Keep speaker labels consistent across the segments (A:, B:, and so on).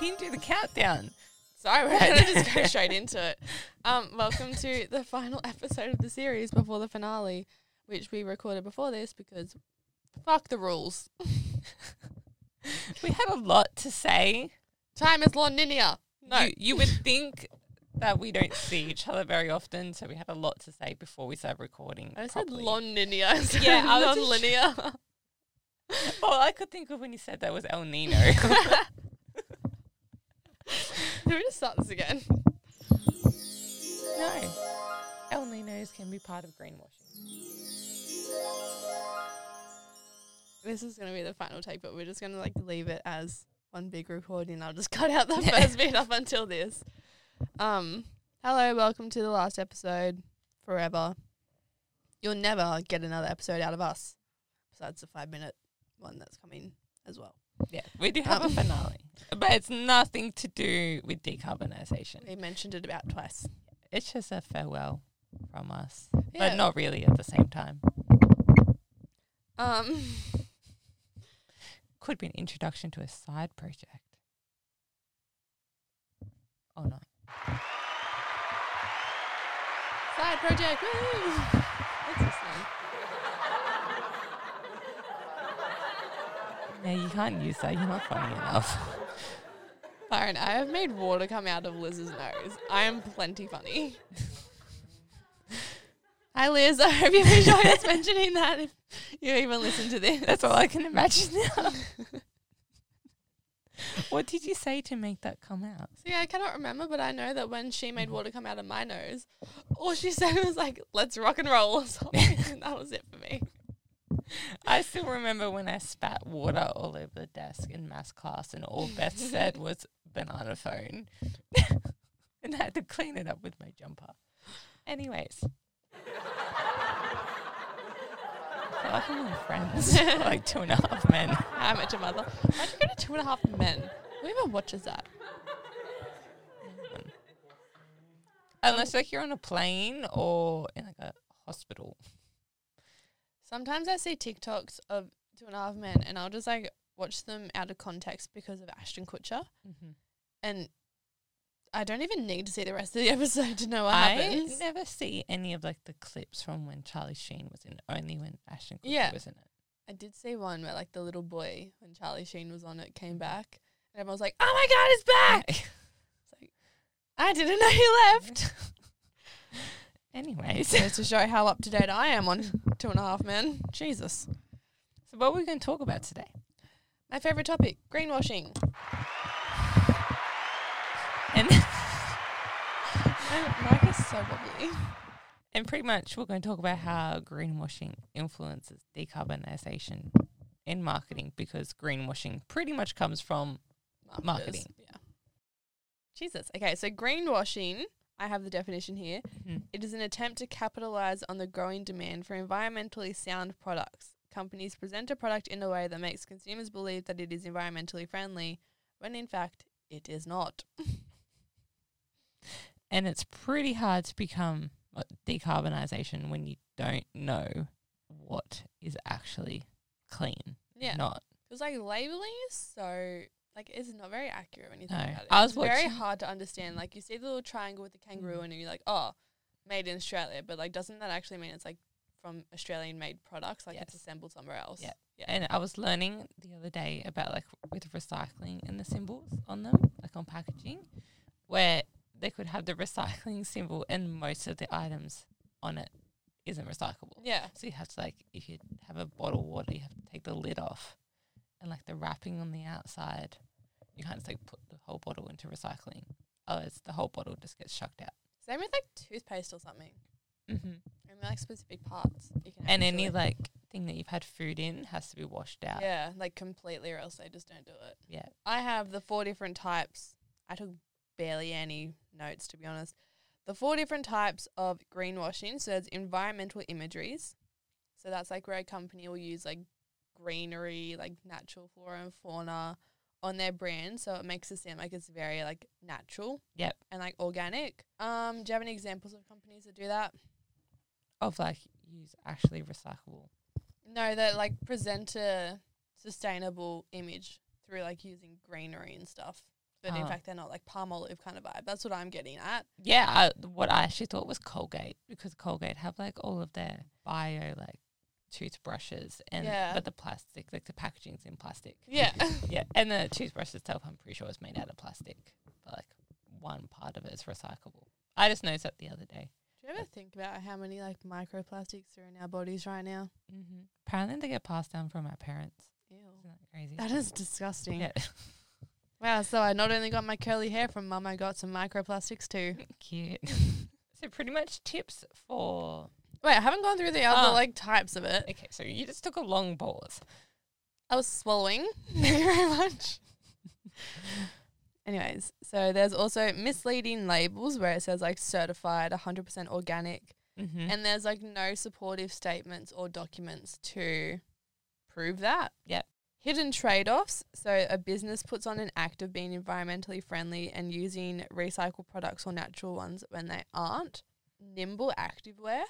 A: didn't do the countdown.
B: Sorry, we're going to just go straight into it. Um, welcome to the final episode of the series before the finale, which we recorded before this because fuck the rules.
A: We had a lot to say.
B: Time is non-linear. No.
A: You, you would think that we don't see each other very often, so we had a lot to say before we started recording.
B: I said
A: properly.
B: non-linear.
A: Yeah,
B: yeah,
A: I was just-
B: non-linear.
A: All I could think of when you said that was El Nino.
B: Can we just start this again?
A: no. El Ninos can be part of greenwashing.
B: This is going to be the final take, but we're just going to like leave it as one big recording. I'll just cut out the first bit up until this. Um, hello, welcome to the last episode forever. You'll never get another episode out of us, besides the five minute one that's coming as well.
A: Yeah, we do have a
B: Um.
A: finale, but it's nothing to do with decarbonisation.
B: We mentioned it about twice.
A: It's just a farewell from us,
B: Yeah.
A: but not really at the same time.
B: Um,
A: Could be an introduction to a side project. Oh no.
B: side project. Woo! What's this name?
A: No, you can't use that. You're not funny enough.
B: Byron, I have made water come out of Liz's nose. I am plenty funny. Hi, Liz. I hope you enjoyed us mentioning that if you even listen to this.
A: That's all I can imagine now. what did you say to make that come out?
B: See, I cannot remember, but I know that when she made water come out of my nose, all she said was like, let's rock and roll or something. and that was it for me.
A: I still remember when I spat water all over the desk in maths class, and all Beth said was banana phone. and I had to clean it up with my jumper. Anyways. I feel like I'm on friends. for like two and a half men.
B: I met your mother. How'd you get a two and a half men? Who even watches that?
A: Unless like you're on a plane or in like a hospital.
B: Sometimes I see TikToks of two and a half men and I'll just like watch them out of context because of Ashton Kutcher. and I don't even need to see the rest of the episode to know what
A: I
B: happens.
A: never see any of like the clips from when Charlie Sheen was in, it, only when Ashton Kutcher
B: Yeah.
A: was in it.
B: I did see one where like the little boy when Charlie Sheen was on it came back and everyone was like, "Oh my god, it's back!" It's like, I didn't know he left.
A: Anyways, so
B: Just to show how up to date I am on Two and a Half Men. Jesus,
A: what are we going to talk about today?
B: my favorite topic: greenwashing.
A: And
B: My mic is so wobbly.
A: and pretty much we're going to talk about how greenwashing influences decarbonisation in marketing because greenwashing pretty much comes from
B: Marketers.
A: Marketing.
B: Yeah. Jesus. Okay, so greenwashing. I have the definition here. It is an attempt to capitalize on the growing demand for environmentally sound products. Companies present a product in a way that makes consumers believe that it is environmentally friendly, when in fact, it is not.
A: and it's pretty hard to become uh, decarbonisation when you don't know what is actually clean.
B: Yeah.
A: Not
B: Because, like, labeling is so, like, it's not very accurate when you think
A: No.
B: about it.
A: I was
B: it's very
A: watching- Mm.
B: hard to understand. Like, you see the little triangle with the kangaroo, and you're like, oh, made in Australia. But, like, doesn't that actually mean it's, like, from Australian made products? Like, it's
A: Yes.
B: assembled somewhere else.
A: Yeah. and I was learning the other day about like with recycling and the symbols on them, like on packaging, where they could have the recycling symbol and most of the items on it isn't recyclable.
B: Yeah.
A: So you have to like if you have a bottle of water, you have to take the lid off and like the wrapping on the outside. You can't just like put the whole bottle into recycling. Oh, it's the whole bottle just gets chucked out.
B: Same with, like, toothpaste or something.
A: Mm-hmm.
B: And, like, specific parts. You can
A: And
B: actually-
A: any like thing that you've had food in has to be washed out.
B: Yeah, like completely, or else they just don't do it.
A: Yeah.
B: I have the four different types. I took barely any notes, to be honest. The four different types of greenwashing. So there's environmental imageries. So that's like where a company will use like greenery, like natural flora and fauna on their brand. So it makes it seem like it's very like natural.
A: Yep.
B: And like organic. Um, do you have any examples of companies that do that?
A: Of like use actually recyclable.
B: No, that like present a sustainable image through like using greenery and stuff. but in
A: Ah.
B: fact they're not like palm olive kind of vibe. That's what I'm getting at.
A: Yeah, I, what I actually thought was Colgate because Colgate have like all of their bio like toothbrushes and
B: Yeah.
A: but the plastic like the packaging's in plastic.
B: Yeah.
A: Yeah, and the toothbrush itself, I'm pretty sure is made out of plastic, but like one part of it is recyclable. I just noticed that the other day.
B: Do you ever think about how many like microplastics are in our bodies right now?
A: Mm-hmm. Apparently, they get passed down from our parents.
B: Ew.
A: Isn't that crazy?
B: That is disgusting.
A: yeah.
B: Wow, so I not only got my curly hair from mum, I got some microplastics too.
A: cute. so pretty much tips for.
B: Wait, I haven't gone through the other
A: Ah.
B: like types of it.
A: Okay, so you just took a long pause.
B: I was swallowing. Thank you very much. Anyways, so there's also misleading labels where it says like certified, 100% organic,
A: Mm-hmm.
B: and there's like no supportive statements or documents to prove that.
A: Yep.
B: Hidden trade offs. So a business puts on an act of being environmentally friendly and using recycled products or natural ones when they aren't. Nimble activewear.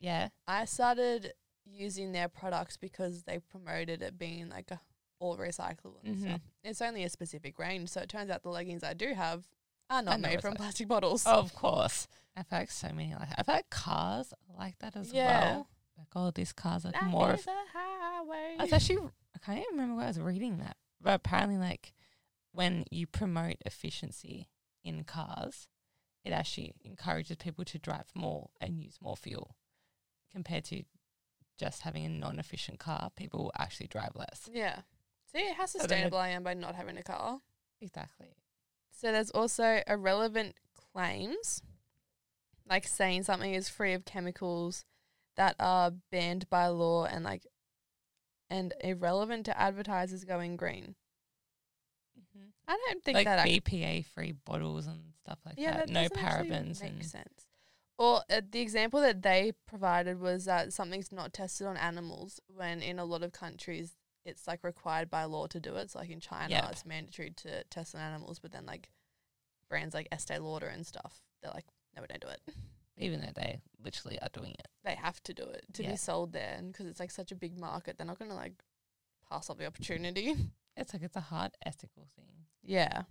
A: yeah.
B: I started using their products because they promoted it being like a, all recyclable and
A: Mhm.
B: stuff. It's only a specific range, so it turns out the leggings I do have are
A: Are
B: not
A: not
B: made from
A: recycled. Oh,
B: plastic bottles.
A: Of course. I feel like so many like I feel like cars are like that as
B: Yeah.
A: well. Like oh these cars are
B: That
A: more
B: is a highway.
A: I was actually I can't even remember where I was reading that. But apparently like when you promote efficiency in cars, it actually encourages people to drive more and use more fuel compared to just having a non efficient car, people will actually drive less.
B: yeah. See how
A: know.
B: sustainable I am by not having a car.
A: Exactly.
B: So there's also irrelevant claims, like saying something is free of chemicals that are banned by law and like and irrelevant to advertisers going green. I don't think
A: Mm-hmm. Like
B: that actually
A: BPA free bottles and stuff like
B: yeah,
A: that.
B: that
A: No
B: doesn't actually
A: parabens
B: make
A: and
B: sense. Or uh, the example that they provided was that something's not tested on animals when in a lot of countries it's like required by law to do it. So like in China,
A: Yep.
B: it's mandatory to test on animals, but then like brands like Estee Lauder and stuff, they're like, no, we don't do it.
A: even though they literally are doing it.
B: They have to do it to
A: Yeah.
B: be sold there, and because it's like such a big market, they're not gonna like pass up the opportunity.
A: It's like it's a hard ethical thing.
B: Yeah.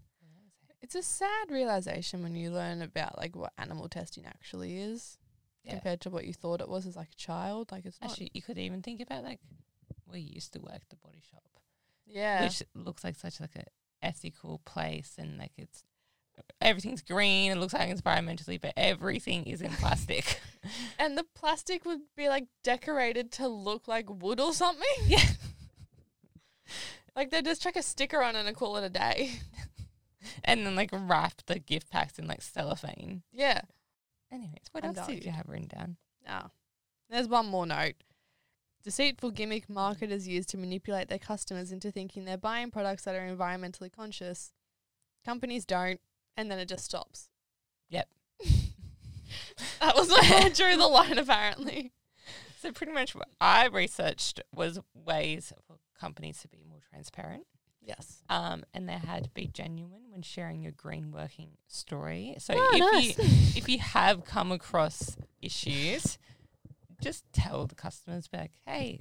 B: It's a sad realization when you learn about like what animal testing actually is
A: Yeah.
B: compared to what you thought it was as like a child. Like it's not.
A: Actually, you could even think about like we used to work the body shop,
B: yeah.
A: which looks like such like a ethical place, and like it's everything's green. It looks like environmentally, but everything is in plastic.
B: and the plastic would be like decorated to look like wood or something.
A: yeah,
B: Like they just chuck a sticker on it and call it a day.
A: and then like wrap the gift packs in like cellophane.
B: Yeah.
A: Anyways, what else did you
B: Unvalued.
A: have written down?
B: Ah. There's one more note. Deceitful gimmick marketers use to manipulate their customers into thinking they're buying products that are environmentally conscious. Companies don't, and then it just stops.
A: Yep.
B: That was where I drew the line, apparently.
A: So pretty much what I researched was ways for companies to be more transparent.
B: Yes.
A: Um, and they had to be genuine when sharing your green working story. So
B: Oh,
A: if
B: nice.
A: you if you have come across issues, just tell the customers be like, hey,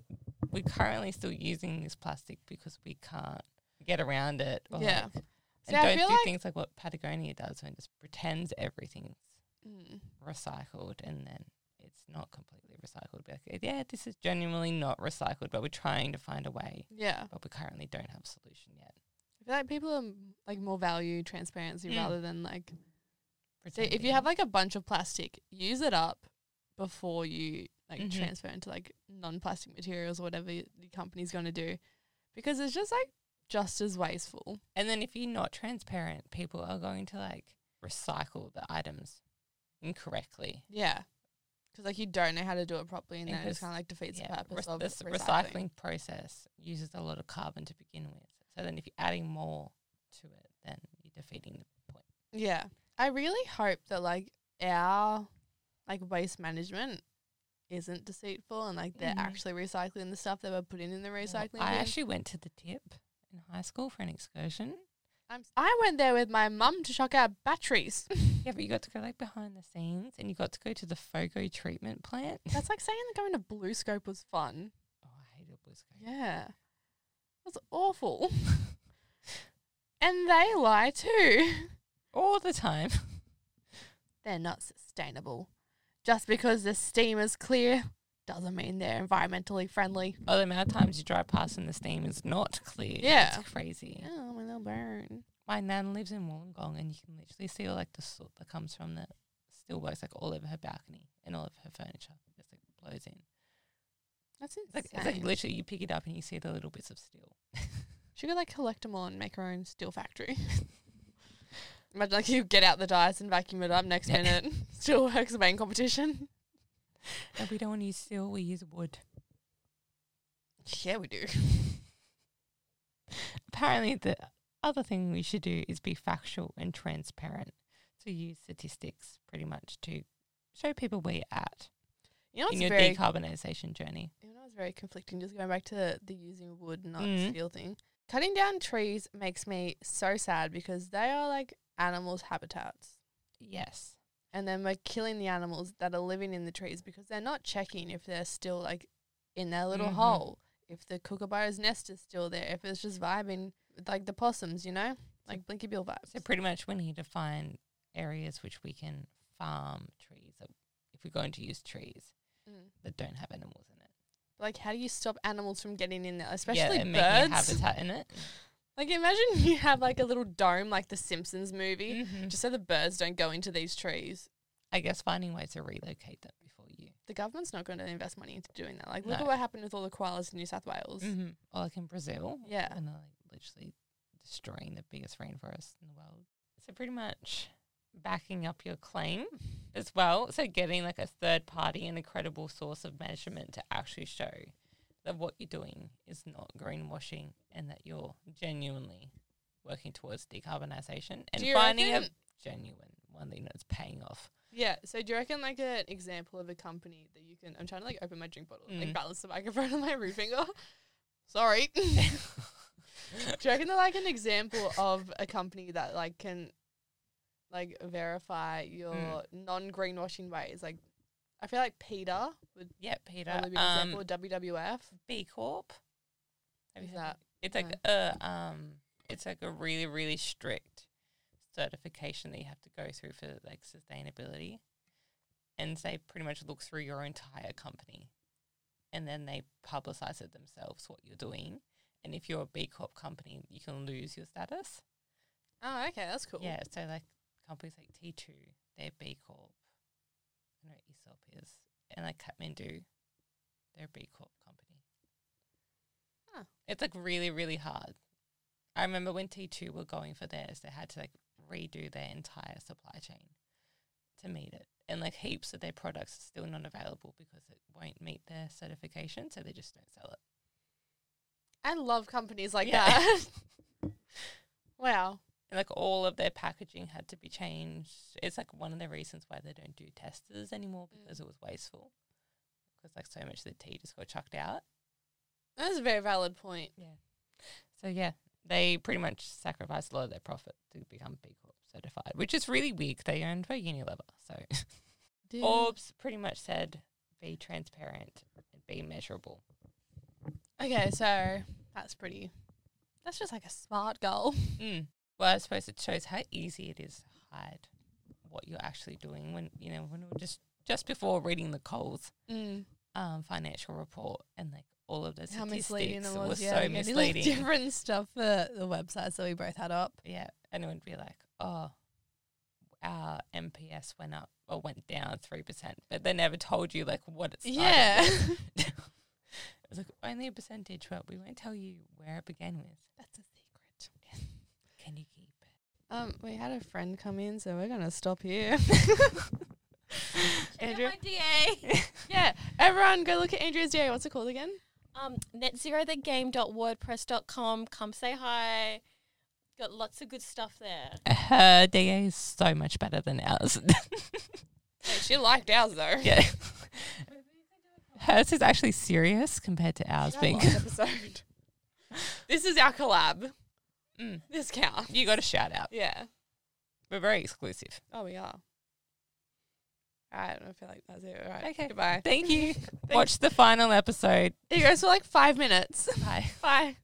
A: we're currently still using this plastic because we can't get around it. Or
B: Yeah.
A: like-
B: See,
A: and
B: I
A: don't
B: feel
A: do
B: like-
A: things like what Patagonia does when it just pretends everything's
B: Mm.
A: recycled and then it's not completely recycled. Be like, yeah, this is genuinely not recycled, but we're trying to find a way.
B: Yeah.
A: But we currently don't have a solution yet.
B: I feel like people are m- like more value transparency
A: Mm.
B: rather than like so if you
A: Pretending.
B: have like a bunch of plastic, use it up before you like
A: Mhm.
B: transfer into like non-plastic materials or whatever y- the company's going to do because it's just like just as wasteful.
A: And then if you're not transparent, people are going to like recycle the items incorrectly.
B: Yeah. Cuz like you don't know how to do it properly and
A: And
B: then it just
A: 'cause-
B: kind of like defeats
A: Yeah,
B: the purpose
A: re-
B: of
A: this
B: recycling.
A: recycling process uses a lot of carbon to begin with. So then if you're adding more to it, then you're defeating the point.
B: Yeah. I really hope that like our like waste management isn't deceitful and like they're
A: Mhm.
B: actually recycling the stuff that we're putting in the recycling.
A: I
B: bin.
A: actually went to the tip in high school for an excursion.
B: I'm, I went there with my mum to shock our batteries.
A: Yeah, but you got to go like behind the scenes and you got to go to the FOGO treatment plant. oh,
B: That's like saying that going to Blue Scope was fun.
A: I hated Blue Sky.
B: Yeah. That's awful. And they lie too.
A: all the time.
B: They're not sustainable. Just because the steam is clear doesn't mean they're environmentally friendly.
A: Oh, the amount of times you drive past and the steam is not clear.
B: Yeah.
A: It's crazy.
B: Oh, well, they'll burn.
A: My nan lives in Wollongong and you can literally see like the soot that comes from the steelworks like all over her balcony and all of her furniture. Just like blows in.
B: That's
A: It's like,
B: insane.
A: it's like literally you pick it up and you see the little bits of steel.
B: She could like collect them all and make her own steel factory. Imagine like you get out the dice and vacuum it up next
A: Yeah.
B: minute. Still works main competition.
A: and we don't want to use steel, we use wood.
B: Yeah, we do.
A: Apparently, the other thing we should do is be factual and transparent. So use statistics pretty much to show people where you're at
B: You know
A: in
B: what's
A: your
B: very
A: decarbonisation journey.
B: you know what's very conflicting, just going back to the using wood not
A: Mm.
B: steel thing. Cutting down trees makes me so sad because they are like animals' habitats.
A: Yes.
B: and then we're killing the animals that are living in the trees because they're not checking if they're still like in their little
A: Mhm.
B: hole, if the kookaburra's nest is still there, if it's just vibing with, like the possums, you know, like Blinky Bill vibes.
A: So pretty much we need to find areas which we can farm trees that- if we're going to use trees
B: Mm.
A: that don't have animals in it.
B: Like, how do you stop animals from getting in there,
A: yeah,
B: especially
A: and making a
B: birds?
A: habitat in it.
B: like, imagine you have like a little dome, like the Simpsons movie,
A: Mhm.
B: just so the birds don't go into these trees.
A: I guess finding ways to relocate them before you.
B: The government's not going to invest money into doing that. Like, look
A: No.
B: at what happened with all the koalas in New South Wales.
A: Mm-hmm. Or like in Brazil.
B: Yeah.
A: And they're like literally destroying the biggest rainforest in the world. So pretty much backing up your claim as well. So getting like a third party and a credible source of measurement to actually show that what you're doing is not greenwashing and that you're genuinely working towards decarbonisation and
B: Do you
A: finding
B: reckon-
A: a genuine one that you know is paying off.
B: Yeah. So do you reckon like an example of a company that you can? I'm trying to like open my drink bottle, and
A: Mm.
B: like balance the microphone on my root finger. Sorry. do you reckon they're like an example of a company that like can like verify your non greenwashing ways? Like, I feel like Peter would
A: Yeah, Peter.
B: probably be an
A: Um,
B: example. WWF.
A: B Corp. Have you
B: Is
A: heard of
B: that?
A: It's like a um, it's like a really really strict certification that you have to go through for like sustainability, and they pretty much look through your entire company, and then they publicize it themselves what you're doing, and if you're a B Corp company, you can lose your status.
B: Oh, okay, that's cool.
A: Yeah, so like companies like T two, they're B Corp. I know ESOP is, and like Kathmandu, they're a B Corp company.
B: Huh.
A: It's like really, really hard. I remember when T two were going for theirs, they had to like redo their entire supply chain to meet it, and like heaps of their products are still not available because it won't meet their certification, so they just don't sell it.
B: I love companies like
A: Yeah.
B: that. wow.
A: And like all of their packaging had to be changed. It's like one of the reasons why they don't do testers anymore because it was wasteful. Because like so much of the tea just got chucked out.
B: That's a very valid point.
A: So yeah, they pretty much sacrificed a lot of their profit to become B Corp certified, which is really weak. They owned by Unilever. So Orbs pretty much said be transparent and be measurable.
B: Okay, so that's pretty. That's just like a smart goal.
A: Mm. Well, I suppose it shows how easy it is to hide what you're actually doing when you know when we we're just just before reading the Coles
B: Mm.
A: um, financial report and like all of the
B: How
A: statistics
B: misleading it was.
A: was
B: yeah,
A: so
B: we had, like,
A: misleading.
B: different stuff for the websites that we both had up.
A: yeah, and it would be like, oh, our MPS went up or went down three percent, but they never told you like what it started.
B: Yeah.
A: with. it was like only a percentage, but we won't tell you where it began with.
B: that's a secret.
A: Can you keep it?
B: Um, we had a friend come in, so we're gonna stop here. Andrea,
C: DA.
B: yeah, everyone go look at Andrea's DA. What's it called again?
C: um, netzerothe.game.wordpress.com. Come say hi. Got lots of good stuff there.
A: Her DA is so much better than ours.
B: she liked ours though.
A: yeah. Hers is actually serious compared to ours being.
B: episode. this is our collab.
A: Mm.
B: This counts.
A: You got a shout out.
B: Yeah.
A: We're very exclusive.
B: Oh, we are. All right, I feel like that's it. All right.
A: Okay.
B: Goodbye.
A: Thank you. Watch the final episode.
B: It goes for like five minutes.
A: Bye.
B: Bye.